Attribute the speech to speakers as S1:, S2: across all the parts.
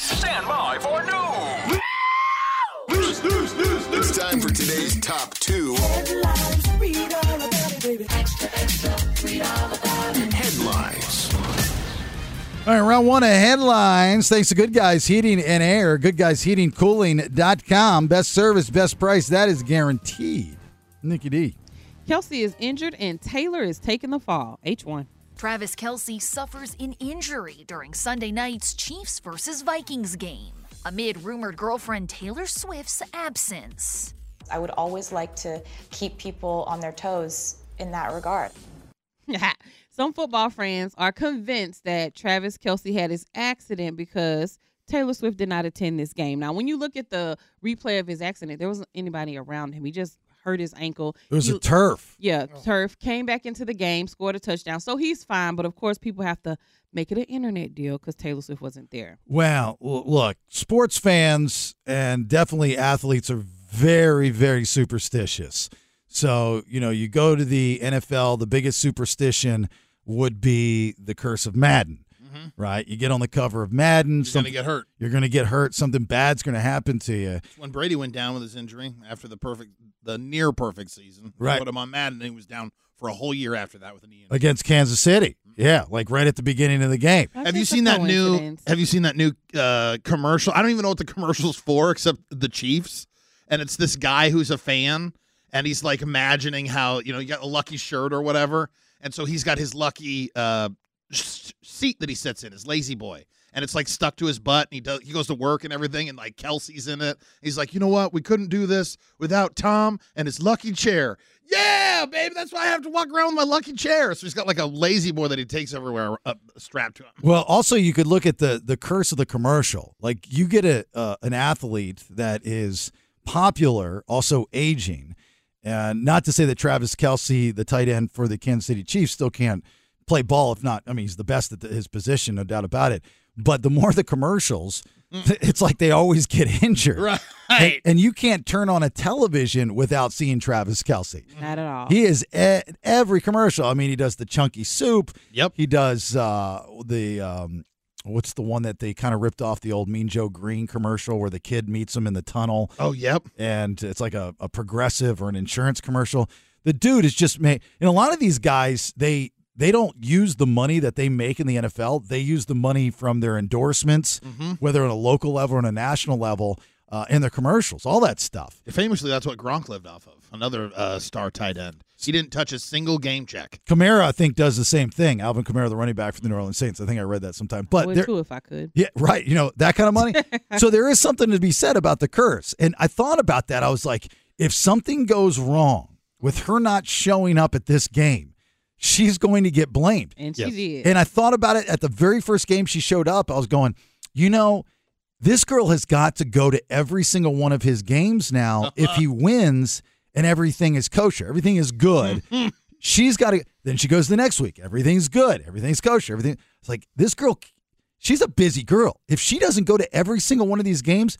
S1: Stand by for news.
S2: News, news, news, news.
S3: It's time for today's top two
S4: Headlines, read all about it, baby. Extra, extra, read all about it.
S3: headlines.
S5: All right, round one of headlines. Thanks to Good Guys Heating and Air, goodguysheatingcooling.com. Best service, best price. That is guaranteed. Nikki D.
S6: Kelsey is injured and Taylor is taking the fall. H1.
S7: Travis Kelsey suffers an injury during Sunday night's Chiefs versus Vikings game amid rumored girlfriend Taylor Swift's absence.
S8: I would always like to keep people on their toes in that regard.
S6: Some football fans are convinced that Travis Kelsey had his accident because Taylor Swift did not attend this game. Now, when you look at the replay of his accident, there wasn't anybody around him. He just hurt his ankle.
S5: It was
S6: He-
S5: a turf.
S6: Yeah,
S2: Oh.
S6: turf came back into the game, scored a touchdown, so he's fine. But of course, people have to make it an internet deal because Taylor Swift wasn't there.
S5: Well, l- look, sports fans and definitely athletes are very, very superstitious. So, you know, you go to the NFL, the biggest superstition would be the curse of Madden, right? You get on the cover of Madden,
S2: He's going to
S5: something-
S2: get hurt.
S5: you're going to get hurt, something bad's going to happen to you.
S2: When Brady went down with his injury after the perfect, the near perfect season, they
S5: Right.
S2: Put him on Madden, and he was down for a whole year after that with an knee. injury.
S5: against Kansas City. Yeah, like right at the beginning of the game.
S6: I
S2: Have
S6: think
S2: you
S6: it's a
S2: seen that new?
S6: coincidence.
S2: Have you seen that new uh, commercial? I don't even know what the commercial's for, except the Chiefs, and it's this guy who's a fan, and he's like imagining how you know you got a lucky shirt or whatever, and so he's got his lucky uh, s- seat that he sits in, his lazy boy, and it's like stuck to his butt, and he does he goes to work and everything, and like Kelsey's in it. He's like, you know what? We couldn't do this without Tom and his lucky chair. Yeah, baby, that's why I have to walk around with my lucky chair. So he's got like a lazy boy that he takes everywhere uh, strapped to him.
S5: Well, also you could look at the the curse of the commercial. Like you get a uh, an athlete that is popular, also aging, and not to say that Travis Kelsey, the tight end for the Kansas City Chiefs, still can't play ball. If not, I mean he's the best at the, his position, no doubt about it. But the more the commercials, it's like they always get injured.
S2: Right.
S5: And, and you can't turn on a television without seeing Travis Kelsey.
S6: Not at all.
S5: He is at every commercial. I mean, he does the chunky soup.
S2: Yep.
S5: He does uh, the um, what's the one that they kind of ripped off the old Mean Joe Green commercial where the kid meets him in the tunnel
S2: Oh, yep.
S5: and it's like a, a progressive or an insurance commercial. The dude is just made, and a lot of these guys they they don't use the money that they make in the NFL. They use the money from their endorsements, whether on a local level or on a national level, uh, and their commercials, all that stuff.
S2: Famously, that's what Gronk lived off of. Another uh, star tight end. He didn't touch a single game check.
S5: Kamara, I think, does the same thing. Alvin Kamara, the running back for the New Orleans Saints. I think I read that sometime. But
S6: would
S5: there,
S6: too if I could.
S5: yeah, right. You know that kind of money. so there is something to be said about the curse. And I thought about that. I was like, if something goes wrong with her not showing up at this game, she's going to get blamed.
S6: And
S2: Yes.
S6: she did.
S5: And I thought about it at the very first game she showed up. I was going, you know, this girl has got to go to every single one of his games now if he wins and everything is kosher, everything is good. she's got to. Then she goes the next week. Everything's good. Everything's kosher. Everything. It's like this girl, she's a busy girl. If she doesn't go to every single one of these games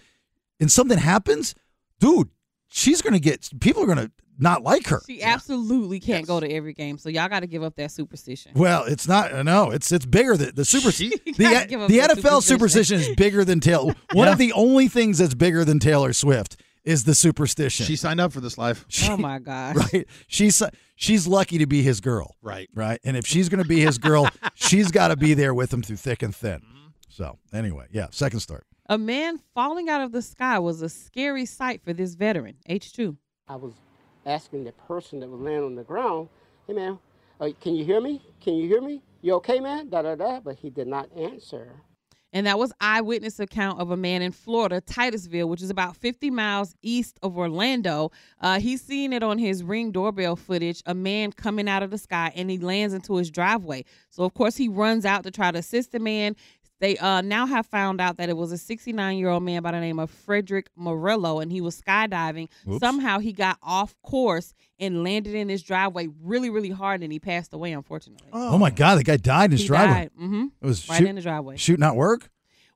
S5: and something happens, dude, she's going to get, people are going to not like her.
S6: She absolutely can't go to every game. So y'all got to give up that superstition.
S5: Well, it's not. uh, No, it's it's bigger than the super.
S2: She-
S5: the E,
S6: gotta give up
S5: the
S6: that
S5: NFL superstition
S6: superstition.
S5: is bigger than Taylor. One of the only things that's bigger than Taylor Swift is the superstition.
S2: She signed up for this life.
S5: She-
S6: oh my gosh.
S5: right. She's she's lucky to be his girl.
S2: Right.
S5: Right. And if she's going to be his girl, she's got to be there with him through thick and thin.
S6: Mm-hmm.
S5: So anyway, yeah. Second start.
S6: A man falling out of the sky was a scary sight for this veteran, H2.
S9: I was asking the person that was laying on the ground, hey man, uh, can you hear me? Can you hear me? You okay, man? Da da da. But he did not answer.
S6: And that was eyewitness account of a man in Florida, Titusville, which is about 50 miles east of Orlando. Uh, he's seen it on his ring doorbell footage, a man coming out of the sky and he lands into his driveway. So of course he runs out to try to assist the man. They uh, now have found out that it was a 69 year old man by the name of Frederick Morello, and he was skydiving. Somehow he got off course and landed in his driveway really, really hard, and he passed away, unfortunately.
S5: Oh, my God, the guy died in his
S6: he
S5: driveway.
S6: died. hmm
S5: It was
S6: Right
S5: shoot,
S6: in the driveway.
S5: shoot not work.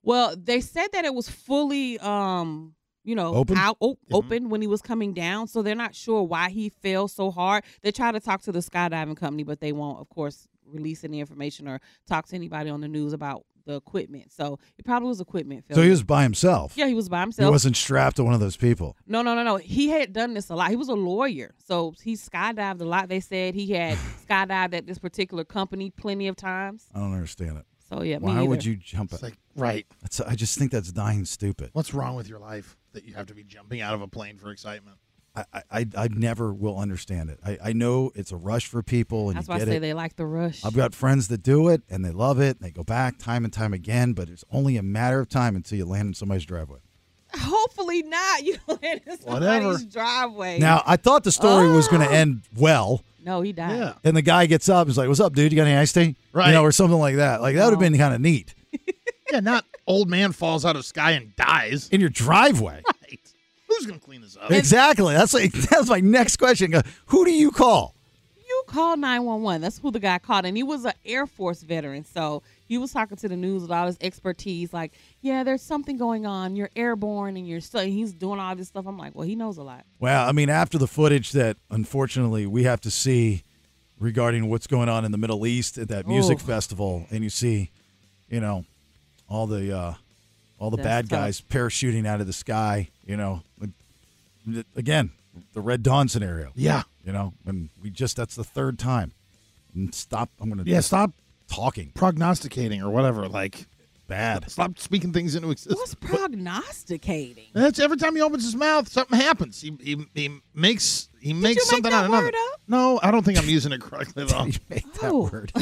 S6: Well, they said that it was fully, um, you know,
S5: Open?
S6: out, o- open when he was coming down. So they're not sure why he fell so hard. They try to talk to the skydiving company, but they won't, of course, release any information or talk to anybody on the news about the the equipment. So it probably was equipment failure.
S5: So he was by himself.
S6: yeah, he was by
S5: He
S6: himself.
S5: wasn't strapped to one of those people.
S6: No, no, no, no. He had done this a lot. He was a lawyer. So he skydived a lot. They said he had skydived at this particular company plenty of times.
S5: I don't understand it.
S6: So yeah, me
S5: Why would
S6: either.
S5: you jump
S2: It's
S5: it?
S2: like, right.
S5: That's, I just think that's dying stupid.
S2: What's wrong with your life that you have to be jumping out of a plane for excitement?
S5: I, I- I, I never will understand it. I, I know it's a rush for people, and
S6: That's
S5: you
S6: why I
S5: get
S6: say
S5: it.
S6: they like the rush.
S5: I've got friends that do it, and they love it, and they go back time and time again. But it's only a matter of time until you land in somebody's driveway.
S6: Hopefully not. You know, in somebody's
S2: Whatever.
S6: driveway.
S5: Now, I thought the story was going
S6: Oh.
S5: to end well,
S6: no, he died.
S2: Yeah.
S5: and the guy gets up, and is like, "What's up, dude? You got any iced tea?"
S2: Right.
S5: you know, or something like that. Like that
S6: Oh.
S5: would have been kind of neat
S2: Yeah, not old man falls out of sky and dies.
S5: in your driveway.
S2: Right. Who's gonna clean this up?
S5: exactly. That's like that's my next question. Go, Who do you call?
S6: You call 911. That's who the guy called. And he was an Air Force veteran. So he was talking to the news with all his expertise, like, yeah, there's something going on. You're airborne and you're so he's doing all this stuff. I'm like, well, he knows a lot.
S5: Well, I mean, after the footage that unfortunately we have to see regarding what's going on in the Middle East at that music
S6: Oh.
S5: festival, and you see, you know, all the uh, all the
S6: That's
S5: bad
S6: tough.
S5: guys parachuting out of the sky, you know, like, again, the Red Dawn scenario.
S2: Yeah.
S5: You know, and we just that's the third time. And stop. I'm gonna
S2: Yeah, stop
S5: talking
S2: prognosticating or whatever. Like,
S5: bad.
S2: stop speaking things into existence.
S6: What's prognosticating?
S2: That's every time he opens his mouth, something happens. He he, he makes he makes
S6: you make
S2: something
S6: that
S2: out of nothing.
S6: word up?
S2: No, I don't think I'm using it correctly though.
S5: You make that
S6: Oh.
S5: word.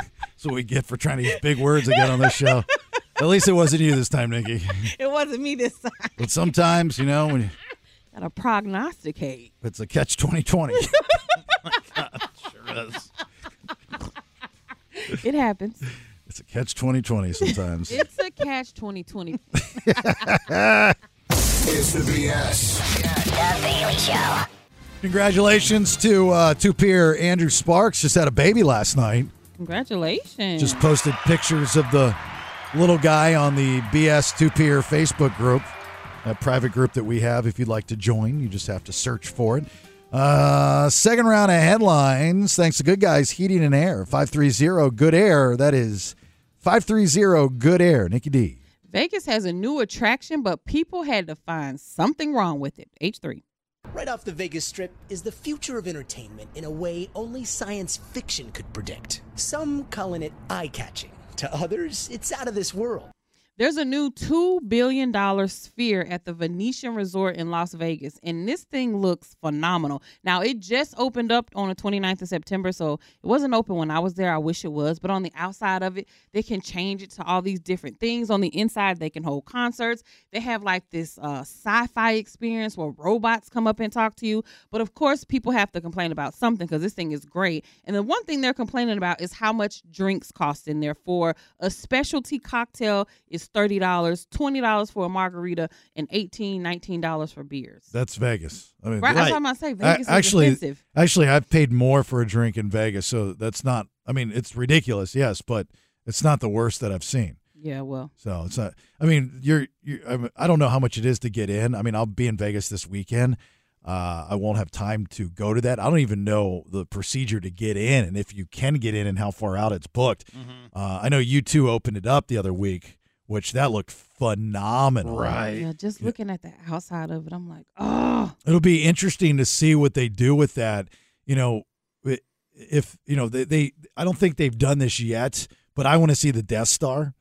S5: That's what we get for trying to use big words again on this show. At least it wasn't you this time, Nikki.
S6: It wasn't me this time.
S5: But sometimes, you know, when you-
S6: Gotta prognosticate.
S5: it's a catch 2020.
S2: Sure is.
S6: It happens.
S5: It's a catch 2020 sometimes.
S6: It's a catch 2020.
S3: It's the BS.
S5: Congratulations to uh, two peer Andrew Sparks. Just had a baby last night.
S6: Congratulations.
S5: Just posted pictures of the little guy on the BS two peer Facebook group, a private group that we have. If you'd like to join, you just have to search for it. Uh, second round of headlines. Thanks to Good Guys Heating and Air. 530 Good Air. That is 530 Good Air. Nikki D.
S6: Vegas has a new attraction, but people had to find something wrong with it. H3.
S10: Right off the Vegas Strip is the future of entertainment in a way only science fiction could predict. Some calling it eye catching, to others, it's out of this world.
S6: There's a new $2 billion sphere at the Venetian Resort in Las Vegas, and this thing looks phenomenal. Now, it just opened up on the 29th of September, so it wasn't open when I was there. I wish it was, but on the outside of it, they can change it to all these different things. On the inside, they can hold concerts. They have like this uh, sci fi experience where robots come up and talk to you. But of course, people have to complain about something because this thing is great. And the one thing they're complaining about is how much drinks cost in there. For a specialty cocktail is $30, $20 for a margarita, and $18, $19 for beers.
S5: That's Vegas. I mean,
S6: Right? That's
S2: right.
S6: what I'm about to say.
S5: I-
S6: Vegas
S5: actually,
S6: is expensive.
S5: actually, I've paid more for a drink in Vegas, so that's not. I mean, it's ridiculous, yes, but it's not the worst that I've seen.
S6: Yeah, well,
S5: So it's not. I mean, you're. you're I, mean, I don't know how much it is to get in. I mean, I'll be in Vegas this weekend. Uh, I won't have time to go to that. I don't even know the procedure to get in and if you can get in and how far out it's booked. Uh, I know you two opened it up the other week, which that looked phenomenal.
S6: yeah, just looking at the outside of it, I'm like, oh.
S5: It'll be interesting to see what they do with that. You know, i- if you know they, they I don't think they've done this yet, but I want to see the Death Star.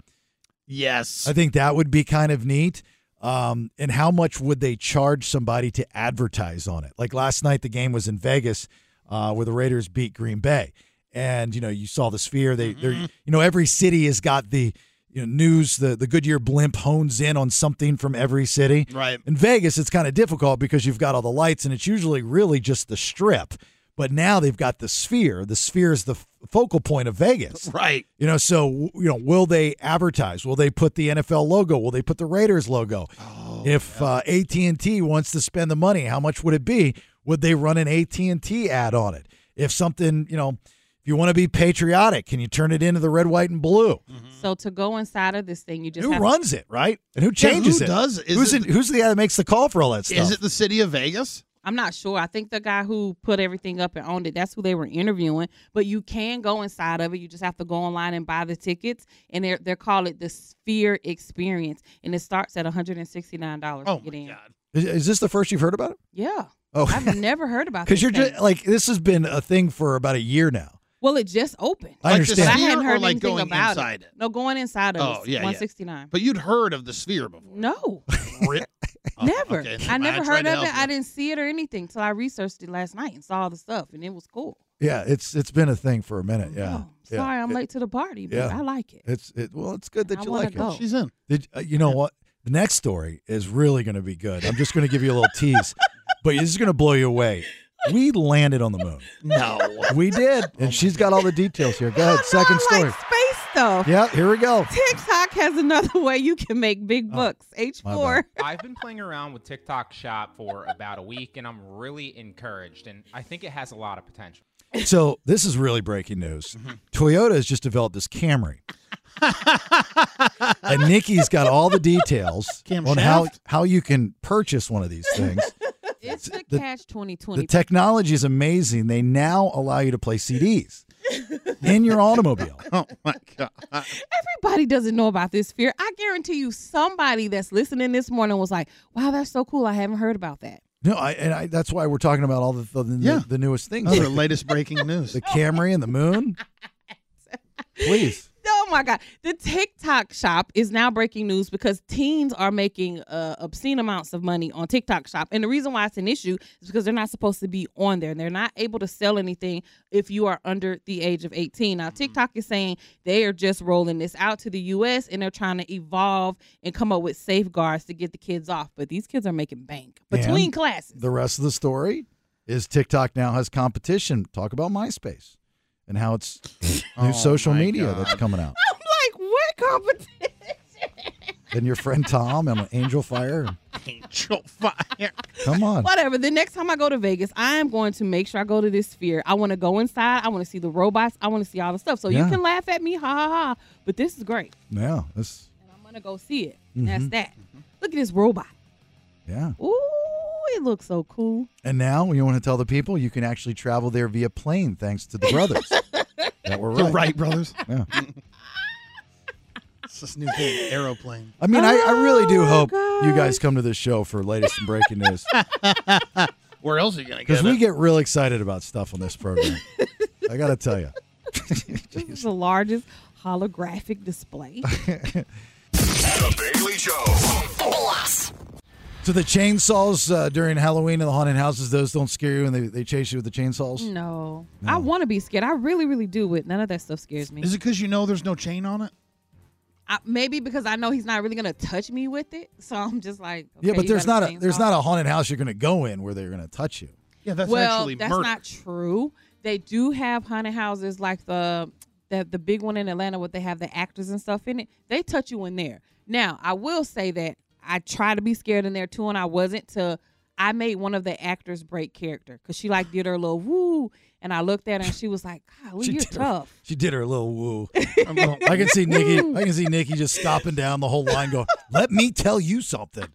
S2: Yes.
S5: I think that would be kind of neat. Um, and how much would they charge somebody to advertise on it? Like last night, the game was in Vegas, uh, where the Raiders beat Green Bay, and you know you saw the sphere. They, they're, you know, every city has got the you know, news. The the Goodyear blimp hones in on something from every city.
S2: Right.
S5: In Vegas, it's kind of difficult because you've got all the lights, and it's usually really just the Strip. But now they've got the sphere. The sphere is the f- focal point of Vegas.
S2: Right.
S5: You know, so w- you know, will they advertise? Will they put the NFL logo? Will they put the Raiders logo?
S2: Oh,
S5: if uh, AT and T wants to spend the money, how much would it be? Would they run an AT and T ad on it? If something, you know, if you want to be patriotic, can you turn it into the red, white, and blue?
S2: Mm-hmm.
S6: So to go inside of this thing, you just
S5: Who
S6: have
S5: runs it, right? And who changes
S2: who
S5: it?
S2: does it? Is
S5: who's
S2: it-
S5: in, who's the guy that makes the call for all that stuff?
S2: Is it the city of Vegas?
S6: I'm not sure. I think the guy who put everything up and owned it, that's who they were interviewing. But you can go inside of it. You just have to go online and buy the tickets. And they're they're call it the Sphere Experience. And it starts at $169
S2: Oh
S6: to get
S2: my
S6: in.
S2: god.
S5: Is, is this the first you've heard about it?
S6: Yeah.
S5: Oh.
S6: I've never heard about
S5: Because
S6: this
S5: you're
S6: thing.
S5: just like this has been a thing for about a year now.
S6: Well, it just opened.
S5: I
S2: Like the
S5: understand.
S6: But I
S2: sphere
S6: hadn't
S2: or
S6: heard
S2: like
S6: anything
S2: going
S6: about
S2: inside it?
S6: No, going inside of
S2: Oh,
S6: it.
S2: yeah, yeah.
S6: 169.
S2: But you'd heard of the sphere before.
S6: No,
S2: Rip. Oh,
S6: never.
S2: okay,
S6: I
S2: never mind.
S6: never
S2: tried
S6: heard
S2: to
S6: of
S2: help
S6: it. I
S2: you.
S6: didn't see it or anything till I researched it last night and saw all the stuff, and it was cool.
S5: Yeah, it's it's been a thing for a minute. Yeah.
S6: Oh, sorry,
S5: yeah.
S6: I'm
S5: It-
S6: late to the party, but
S5: yeah.
S6: I like it.
S5: It's it, well, it's good that
S6: I
S5: you
S6: wanna
S5: like it.
S6: go.
S2: She's in.
S5: Did, uh, you know what? The next story is really going to be good. I'm just going to give you a little tease, but this is going to blow you away. We landed on the moon.
S2: No.
S5: We did, and she's got all the details here. Go ahead, second
S6: I
S5: story.
S6: Oh like space stuff.
S5: Yeah, here we go.
S6: TikTok has another way you can make big
S5: Oh,
S6: bucks. H4.
S11: I've been playing around with TikTok Shop for about a week, and I'm really encouraged, and I think it has a lot of potential.
S5: So this is really breaking news. Toyota has just developed this Camry. and Nikki's got all the details
S2: Camshaft?
S5: on how, how you can purchase one of these things.
S6: It's the,
S5: the-
S6: Cash 2020.
S5: the technology is amazing. They now allow you to play CDs in your automobile.
S2: Oh my god.
S6: Everybody doesn't know about this fear. I guarantee you, somebody that's listening this morning was like, wow, that's so cool. I haven't heard about that.
S5: No, I, and I, that's why we're talking about all the the, the,
S2: Yeah.
S5: the newest things.
S2: Other
S5: The
S2: latest breaking news.
S5: Camry and the moon. Please.
S6: Oh my God. The TikTok shop is now breaking news because teens are making uh, obscene amounts of money on TikTok shop. And the reason why it's an issue is because they're not supposed to be on there and they're not able to sell anything if you are under the age of 18. Now, TikTok is saying they are just rolling this out to the US and they're trying to evolve and come up with safeguards to get the kids off. But these kids are making bank between
S5: And
S6: classes.
S5: The rest of the story is TikTok now has competition. Talk about MySpace and how it's new
S2: Oh
S5: social
S2: my
S5: media
S2: God.
S5: that's coming out.
S6: I'm like, what competition?
S5: And your friend Tom and Angel Fire.
S2: Angel fire.
S5: Come on.
S6: Whatever. The next time I go to Vegas, I am going to make sure I go to this sphere. I want to go inside. I want to see the robots. I want to see all the stuff. So
S5: Yeah.
S6: you can laugh at me, ha ha ha. But this is great,
S5: Yeah, that's
S6: and I'm gonna go see it. And
S5: Mm-hmm.
S6: That's that. Look at this robot.
S5: yeah.
S6: Ooh, it looks so cool.
S5: And now you want to tell the people you can actually travel there via plane thanks to the brothers. that were
S2: You're
S5: right.
S2: right, brothers.
S5: Yeah.
S2: It's this new thing, aeroplane.
S5: I mean, I, I really do
S6: Oh,
S5: hope you
S6: God.
S5: guys come to this show for latest and breaking news.
S2: Where else are you gonna
S5: Because
S2: get
S5: we
S2: it?
S5: get real excited about stuff on this program. I got to tell you.
S6: This is the largest holographic display.
S3: The Bailey Show.
S5: So the chainsaws uh, during Halloween in the haunted houses, those don't scare you and they, they chase you with the chainsaws?
S6: Mm. no, I want to be scared. I really, really do. But none of that stuff scares me.
S2: Is it because you know there's no chain on it?
S6: I, maybe because I know he's not really gonna touch me with it, so I'm just like,
S5: yeah,
S6: okay,
S5: but
S6: you
S5: there's
S6: got
S5: not a there's
S6: chainsaw.
S5: not a haunted house you're going to go in where they're going to touch you.
S2: Yeah, that's
S6: well,
S2: actually
S6: that's
S2: murder.
S6: not true. They do have haunted houses like the the the big one in Atlanta where they have the actors and stuff in it. They touch you in there. Now, I will say that I try to be scared in there too, and I wasn't to I made one of the actors break character because she like did her little woo, and I looked at her and she was like, "Golly,
S5: She
S6: you're
S5: did her-
S6: tough."
S5: She did her little woo. I can see Nikki. I can see Nikki just stopping down the whole line, going, "Let me tell you something."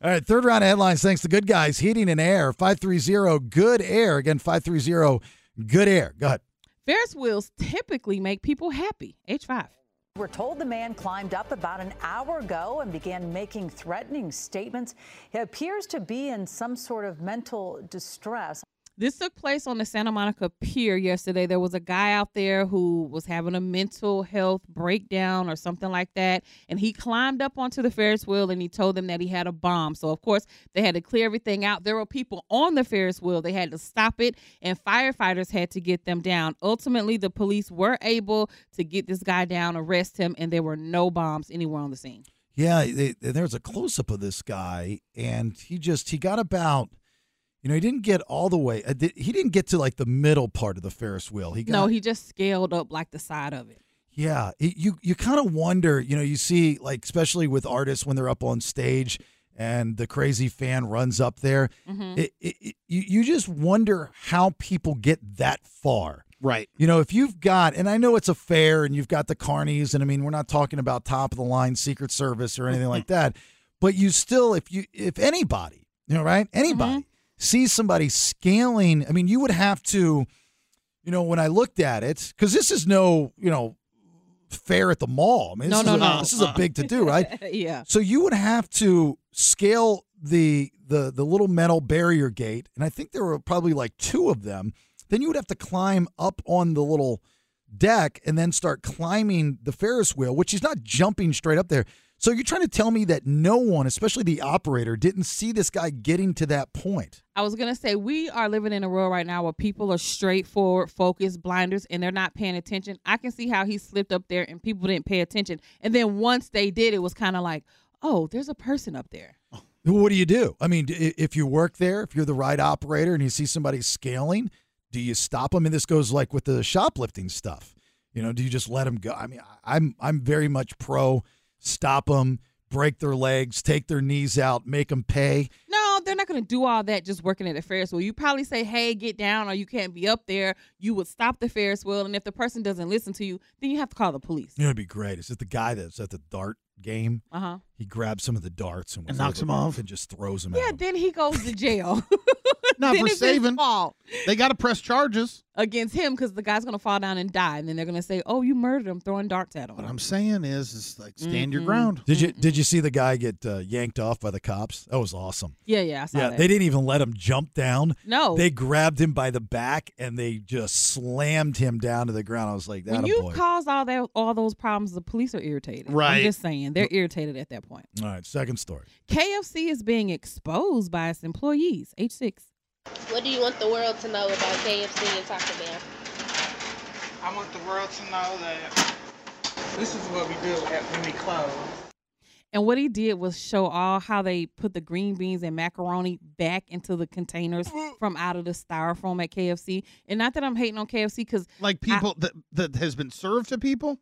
S5: All right, third round of headlines. Thanks to Good Guys Heating and Air five three zero Good Air again five three zero Good Air. Go ahead.
S6: Ferris wheels typically make people happy. H five.
S12: We're told the man climbed up about an hour ago and began making threatening statements. He appears to be in some sort of mental distress.
S6: This took place on the Santa Monica Pier yesterday. There was a guy out there who was having a mental health breakdown or something like that. And he climbed up onto the Ferris wheel and he told them that he had a bomb. So, of course, they had to clear everything out. There were people on the Ferris wheel. They had to stop it, and firefighters had to get them down. Ultimately, the police were able to get this guy down, arrest him, and there were no bombs anywhere on the scene.
S5: Yeah, they, and there was a close up of this guy, and he just he got about, you know, he didn't get all the way. uh, di- He didn't get to like the middle part of the Ferris wheel. He got,
S6: No, he just scaled up like the side of it.
S5: Yeah, it, you you kind of wonder, you know, you see like especially with artists when they're up on stage and the crazy fan runs up there,
S6: Mm-hmm.
S5: it, it, it- you you just wonder how people get that far.
S2: Right.
S5: You know, if you've got, and I know it's a fair, and you've got the carnies, and I mean, we're not talking about top of the line Secret Service or anything like that, but you still, if you, if anybody You know, right?
S6: Mm-hmm.
S5: Anybody sees somebody scaling. I mean, you would have to, you know, when I looked at it, because this is no, you know, fair at the mall. I mean, this
S6: No,
S5: is
S6: no,
S5: a,
S6: no.
S5: This is a big to do, right?
S6: Uh, yeah.
S5: So you would have to scale the the the little metal barrier gate, and I think there were probably like two of them. Then you would have to climb up on the little deck and then start climbing the Ferris wheel, which is not jumping straight up there. So you're trying to tell me that no one, especially the operator, didn't see this guy getting to that point.
S6: I was gonna say we are living in a world right now where people are straightforward, focused, blinders, and they're not paying attention. I can see how he slipped up there and people didn't pay attention. And then once they did, it was kind of like, oh, there's a person up there.
S5: What do you do? I mean, i- if you work there, if you're the ride operator and you see somebody scaling, do you stop them? And this goes like with the shoplifting stuff. You know, do you just let them go? I mean, I- I'm I'm very much pro stop them, break their legs, take their knees out, make them pay.
S6: No, they're not gonna do all that just working at the Ferris wheel. You probably say, hey, get down, or you can't be up there. You would stop the Ferris wheel, and if the person doesn't listen to you, then you have to call the police.
S5: You know, it'd be great. Is it the guy that's at the dart game?
S6: Uh huh.
S5: He grabs some of the darts and,
S2: And knocks 'em off?
S5: and just throws them
S6: Yeah, then he goes to jail.
S2: Not
S6: Then
S2: for
S6: it's his
S2: saving.
S6: fault.
S2: They got to press charges.
S6: against him because the guy's gonna fall down and die, and then they're gonna say, "Oh, you murdered him, throwing darts at him."
S2: What I'm saying is, is like stand your
S6: Mm-mm.
S2: ground.
S5: out. Did
S6: Mm-hmm.
S5: you did you see the guy get uh, yanked off by the cops? That was awesome.
S6: Yeah, yeah, I saw
S5: Yeah,
S6: that.
S5: they didn't even let him jump down.
S6: No.
S5: They grabbed him by the back and they just slammed him down to the ground. I was like, that
S6: when
S5: a
S6: you
S5: boy.
S6: cause all that, all those problems, the police are irritated.
S5: Right.
S6: I'm just saying, they're irritated at that point.
S5: All right, second story.
S6: KFC is being exposed by its employees. H six.
S13: What do you want the world to know about KFC and Taco Bell?
S14: I want the world to know that this is what we do at when we close.
S6: And what he did was show all how they put the green beans and macaroni back into the containers
S5: Mm.
S6: from out of the styrofoam at KFC. And not that I'm hating on KFC because
S2: like people that that has been served to people.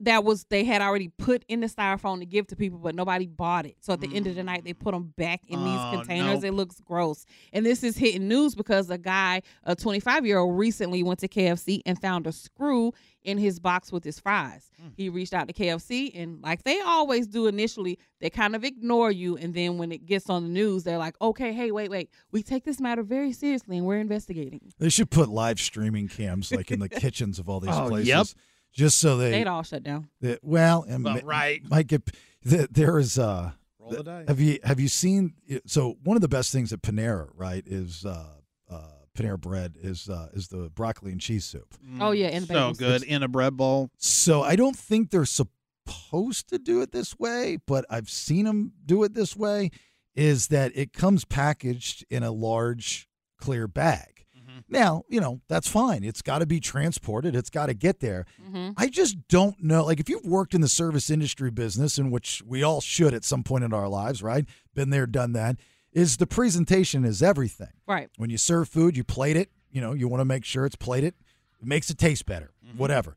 S6: that was they had already put in the styrofoam to give to people, but nobody bought it. So at the end of the night, they put them back in
S2: Mm. Oh,
S6: these containers.
S2: nope.
S6: It looks gross. And this is hitting news because a guy, a 25 year old, recently went to KFC and found a screw in his box with his fries.
S2: Mm.
S6: He reached out to KFC, and like they always do initially, they kind of ignore you. And then when it gets on the news, they're like, okay, hey, wait, wait. We take this matter very seriously and we're investigating.
S5: They should put live streaming cams like in the kitchens of all these
S6: Oh,
S5: places.
S6: yep.
S5: Just so they.
S6: They'd all shut down.
S5: that- well, and
S2: Well,
S5: ma-
S2: right.
S5: Might get. th- There is. Uh,
S2: Roll the dice.
S5: Have you have you seen? So one of the best things at Panera, right, is uh, uh, Panera bread is uh, is the broccoli and cheese soup.
S6: Oh, yeah, and
S2: so
S6: bagels.
S2: good in a bread bowl.
S5: So I don't think they're supposed to do it this way, but I've seen them do it this way. Is that it comes packaged in a large clear bag? Now you know that's fine. It's got to be transported. It's got to get there. I just don't know. Like if you've worked in the service industry business, in which we all should at some point in our lives, right? Been there, done that. Is the presentation is everything.
S6: Right.
S5: When you serve food, you plate it. You know, you want to make sure it's plated. It makes it taste better.
S2: Mm-hmm.
S5: Whatever.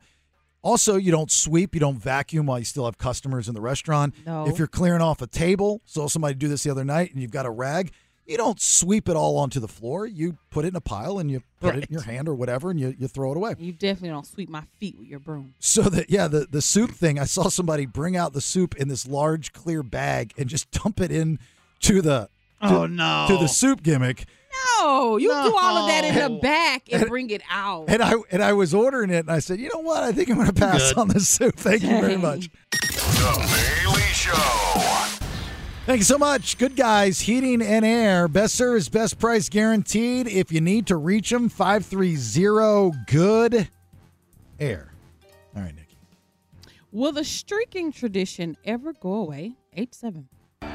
S5: Also, you don't sweep, you don't vacuum while you still have customers in the restaurant.
S6: No.
S5: If you're clearing off a table, saw somebody do this the other night, and you've got a rag, you don't sweep it all onto the floor. You put it in a pile and you put it in your hand or whatever, and you, you throw it away.
S6: You definitely don't sweep my feet with your broom.
S5: So that yeah, the the soup thing. I saw somebody bring out the soup in this large clear bag and just dump it in to the to-
S2: Oh, no.
S5: to the soup gimmick.
S6: No, you do all of that in
S5: No.
S6: the back and bring it out.
S5: And I and I was ordering it and I said, you know what? I think I'm going to pass
S2: Good.
S5: on the soup. Thank you very
S2: Dang.
S5: much.
S3: Bailey Show.
S5: Thank you so much. Good guys, heating and air. Best service, best price guaranteed. If you need to reach them, 530 good air. All right, Nikki.
S6: Will the streaking tradition ever go away? 8 7.
S15: It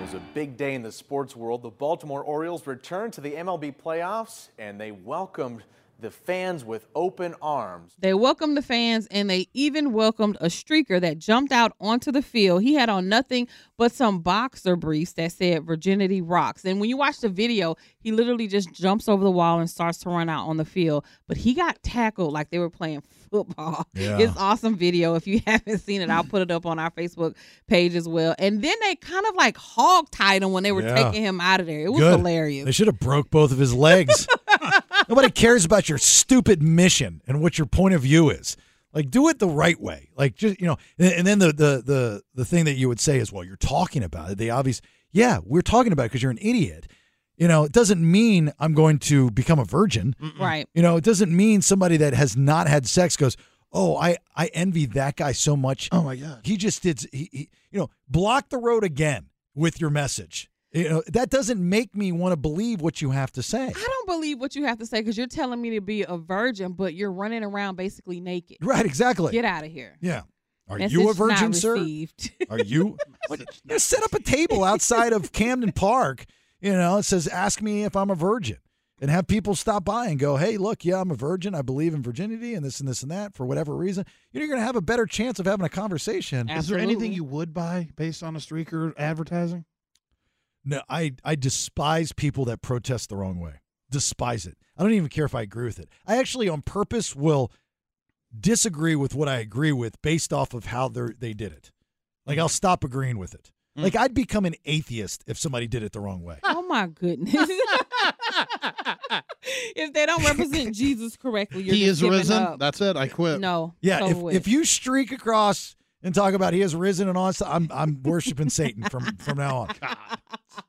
S15: was a big day in the sports world. The Baltimore Orioles returned to the MLB playoffs and they welcomed the fans with open arms.
S6: They welcomed the fans and they even welcomed a streaker that jumped out onto the field. He had on nothing but some boxer briefs that said virginity rocks. And when you watch the video, he literally just jumps over the wall and starts to run out on the field. But he got tackled like they were playing football.
S16: Yeah.
S6: It's awesome video. If you haven't seen it, I'll put it up on our Facebook page as well. And then they kind of like hog tied him when they were
S5: Yeah.
S6: taking him out of there. It was
S5: Good.
S6: hilarious.
S5: They should have broke both of his legs. Nobody cares about your stupid mission and what your point of view is. Like, do it the right way. Like, just you know. And, and then the, the the the thing that you would say is, well, you're talking about it. The obvious, yeah, we're talking about it because you're an idiot. You know, it doesn't mean I'm going to become a virgin.
S6: Right.
S5: You know, it doesn't mean somebody that has not had sex goes, "Oh, I I envy that guy so much."
S2: Oh my god.
S5: He just did he, he you know, block the road again with your message. You know, that doesn't make me want to believe what you have to say.
S6: I don't believe what you have to say because you're telling me to be a virgin, but you're running around basically naked.
S5: Right, exactly.
S6: Get out of here.
S5: Yeah. Are
S6: Message
S5: you a
S6: not
S5: virgin, sir?
S6: received.
S5: Are you? What- you know, set up a table outside of Camden Park. You know, it says, "Ask me if I'm a virgin," and have people stop by and go, "Hey, look, yeah, I'm a virgin. I believe in virginity and this and this and that for whatever reason." You're going to have a better chance of having a conversation.
S2: Is there anything you would buy based on a streaker advertising?
S5: No, I I despise people that protest the wrong way. Despise it. I don't even care if I agree with it. I actually, on purpose, will disagree with what I agree with based off of how they they did it. Like I'll stop agreeing with it. Like I'd become an atheist if somebody did it the wrong way.
S6: oh my goodness. if they don't represent Jesus correctly, you're
S2: he
S6: just
S2: is
S6: giving
S2: risen.
S6: up.
S2: That's it. I quit.
S6: No.
S5: Yeah,
S6: so
S5: if,
S6: what?
S5: if you streak across and talk about he has risen and all that stuff, I'm I'm worshiping Satan from from now on.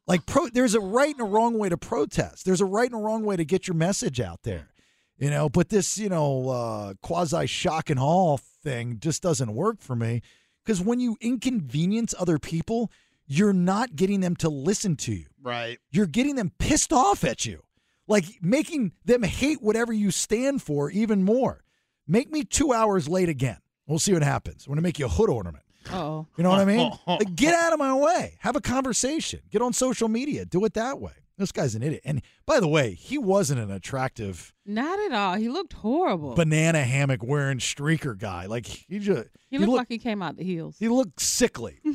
S5: Like pro, there's a right and a wrong way to protest. There's a right and a wrong way to get your message out there. You know, but this you know uh, quasi shock and awe thing just doesn't work for me because when you inconvenience other people, you're not getting them to listen to you.
S2: Right.
S5: You're getting them pissed off at you, like making them hate whatever you stand for even more. Make me two hours late again. We'll see what happens. I'm going to make you a hood ornament.
S6: Oh.
S5: You know what I mean? Like, get out of my way. Have a conversation. Get on social media. Do it that way. This guy's an idiot. And by the way, he wasn't an attractive
S6: Not at all. He looked horrible.
S5: banana hammock wearing streaker guy. Like he just
S6: he looked like he came out the heels.
S5: he looked sickly.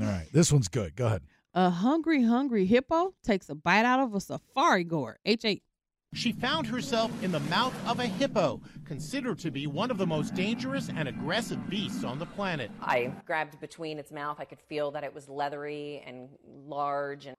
S5: All right, this one's good. Go ahead.
S6: A hungry, hungry hippo takes a bite out of a safari gourd. H8.
S16: She found herself in the mouth of a hippo, considered to be one of the most dangerous and aggressive beasts on the planet.
S17: I grabbed between its mouth. I could feel that it was leathery and large and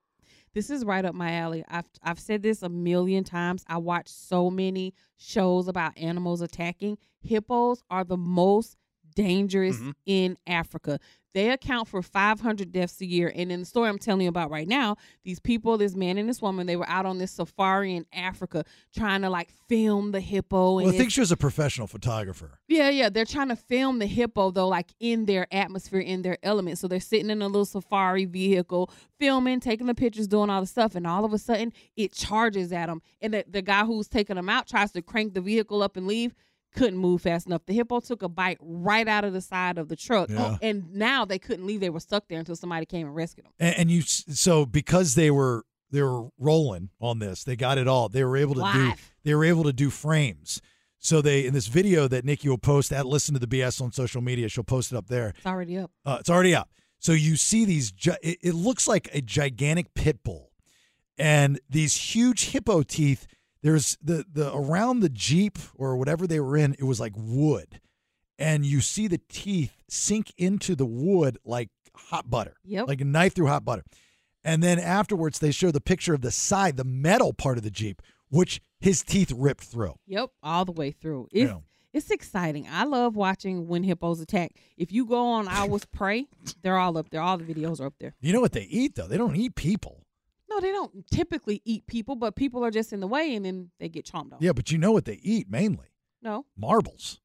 S6: This is right up my alley. I've I've said this a million times. I watch so many shows about animals attacking. Hippos are the most dangerous
S5: Mm-hmm.
S18: Mhm.
S6: in Africa. They account for 500 deaths a year. And in the story I'm telling you about right now, these people, this man and this woman, they were out on this safari in Africa trying to like film the hippo.
S5: Well,
S6: and
S5: I think
S6: it's-
S5: she was a professional photographer.
S6: Yeah, yeah. They're trying to film the hippo though, like in their atmosphere, in their element. So they're sitting in a little safari vehicle, filming, taking the pictures, doing all the stuff, and all of a sudden it charges at them. And the, the guy who's taking them out tries to crank the vehicle up and leave. Couldn't move fast enough. The hippo took a bite right out of the side of the truck, Oh,
S5: Yeah.
S6: and now they couldn't leave. They were stuck there until somebody came and rescued them.
S5: And, and you, s- so because they were they were rolling on this, they got it all. They were able to do
S6: Live.
S5: they were able to do frames. So they in this video that Nikki will post at listen to the BS on social media, she'll post it up there.
S6: It's already up.
S5: Uh, it's already up. So you see these, gi- it, it looks like a gigantic pit bull, and these huge hippo teeth. There's the the around the jeep or whatever they were in. It was like wood, and you see the teeth sink into the wood like hot butter,
S6: Yep.
S5: like a knife through hot butter. And then afterwards, they show the picture of the side, the metal part of the jeep, which his teeth ripped through.
S6: Yep, all the way through. It's
S5: Yeah.
S6: it's exciting. I love watching when hippos attack. If you go on I was prey, they're all up there. All the videos are up there.
S5: You know what they eat though? They don't eat people.
S6: No, they don't typically eat people, but people are just in the way and then they get chomped on.
S5: Yeah, but you know what they eat mainly?
S6: No.
S5: Marbles.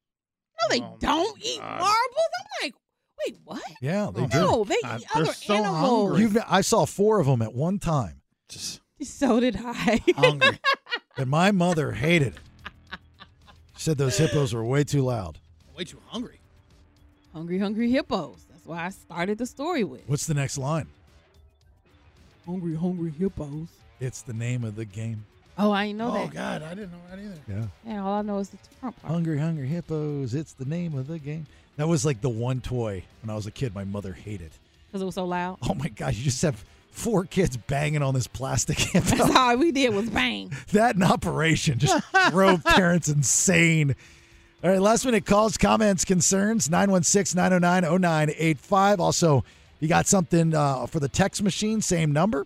S6: No, they don't eat marbles. I'm like, wait, what?
S5: Yeah, they
S6: Oh,
S5: do.
S6: no, they
S2: Uh,
S6: God, eat they're other so animals. hungry.
S5: You've, I saw four of them at one time,
S6: So did I.
S2: Uh-huh.
S5: hungry, and my mother hated it. She said those hippos were way too loud.
S2: Way too hungry.
S6: hungry, hungry hippos. That's why I started the story with.
S5: What's the next line?
S6: Hungry, hungry hippos.
S5: It's the name of the game.
S6: Oh, I didn't know that.
S2: Oh God, I didn't know that either.
S5: Yeah.
S6: Man, all I know is the front part.
S5: Hungry, hungry hippos. It's the name of the game. That was like the one toy when I was a kid. My mother hated.
S6: Because it was so loud.
S5: Oh my gosh, you just have four kids banging on this plastic hippo.
S6: That's all we did was bang.
S5: that in operation just drove parents insane. All right, last minute calls, comments, concerns, 916 909 0985. Also, you got something uh, for the text machine, same number.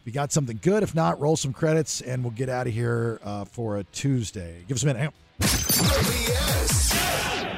S5: If you got something good, if not, roll some credits and we'll get out of here uh, for a Tuesday. Give us a minute. Hang on.
S3: BS.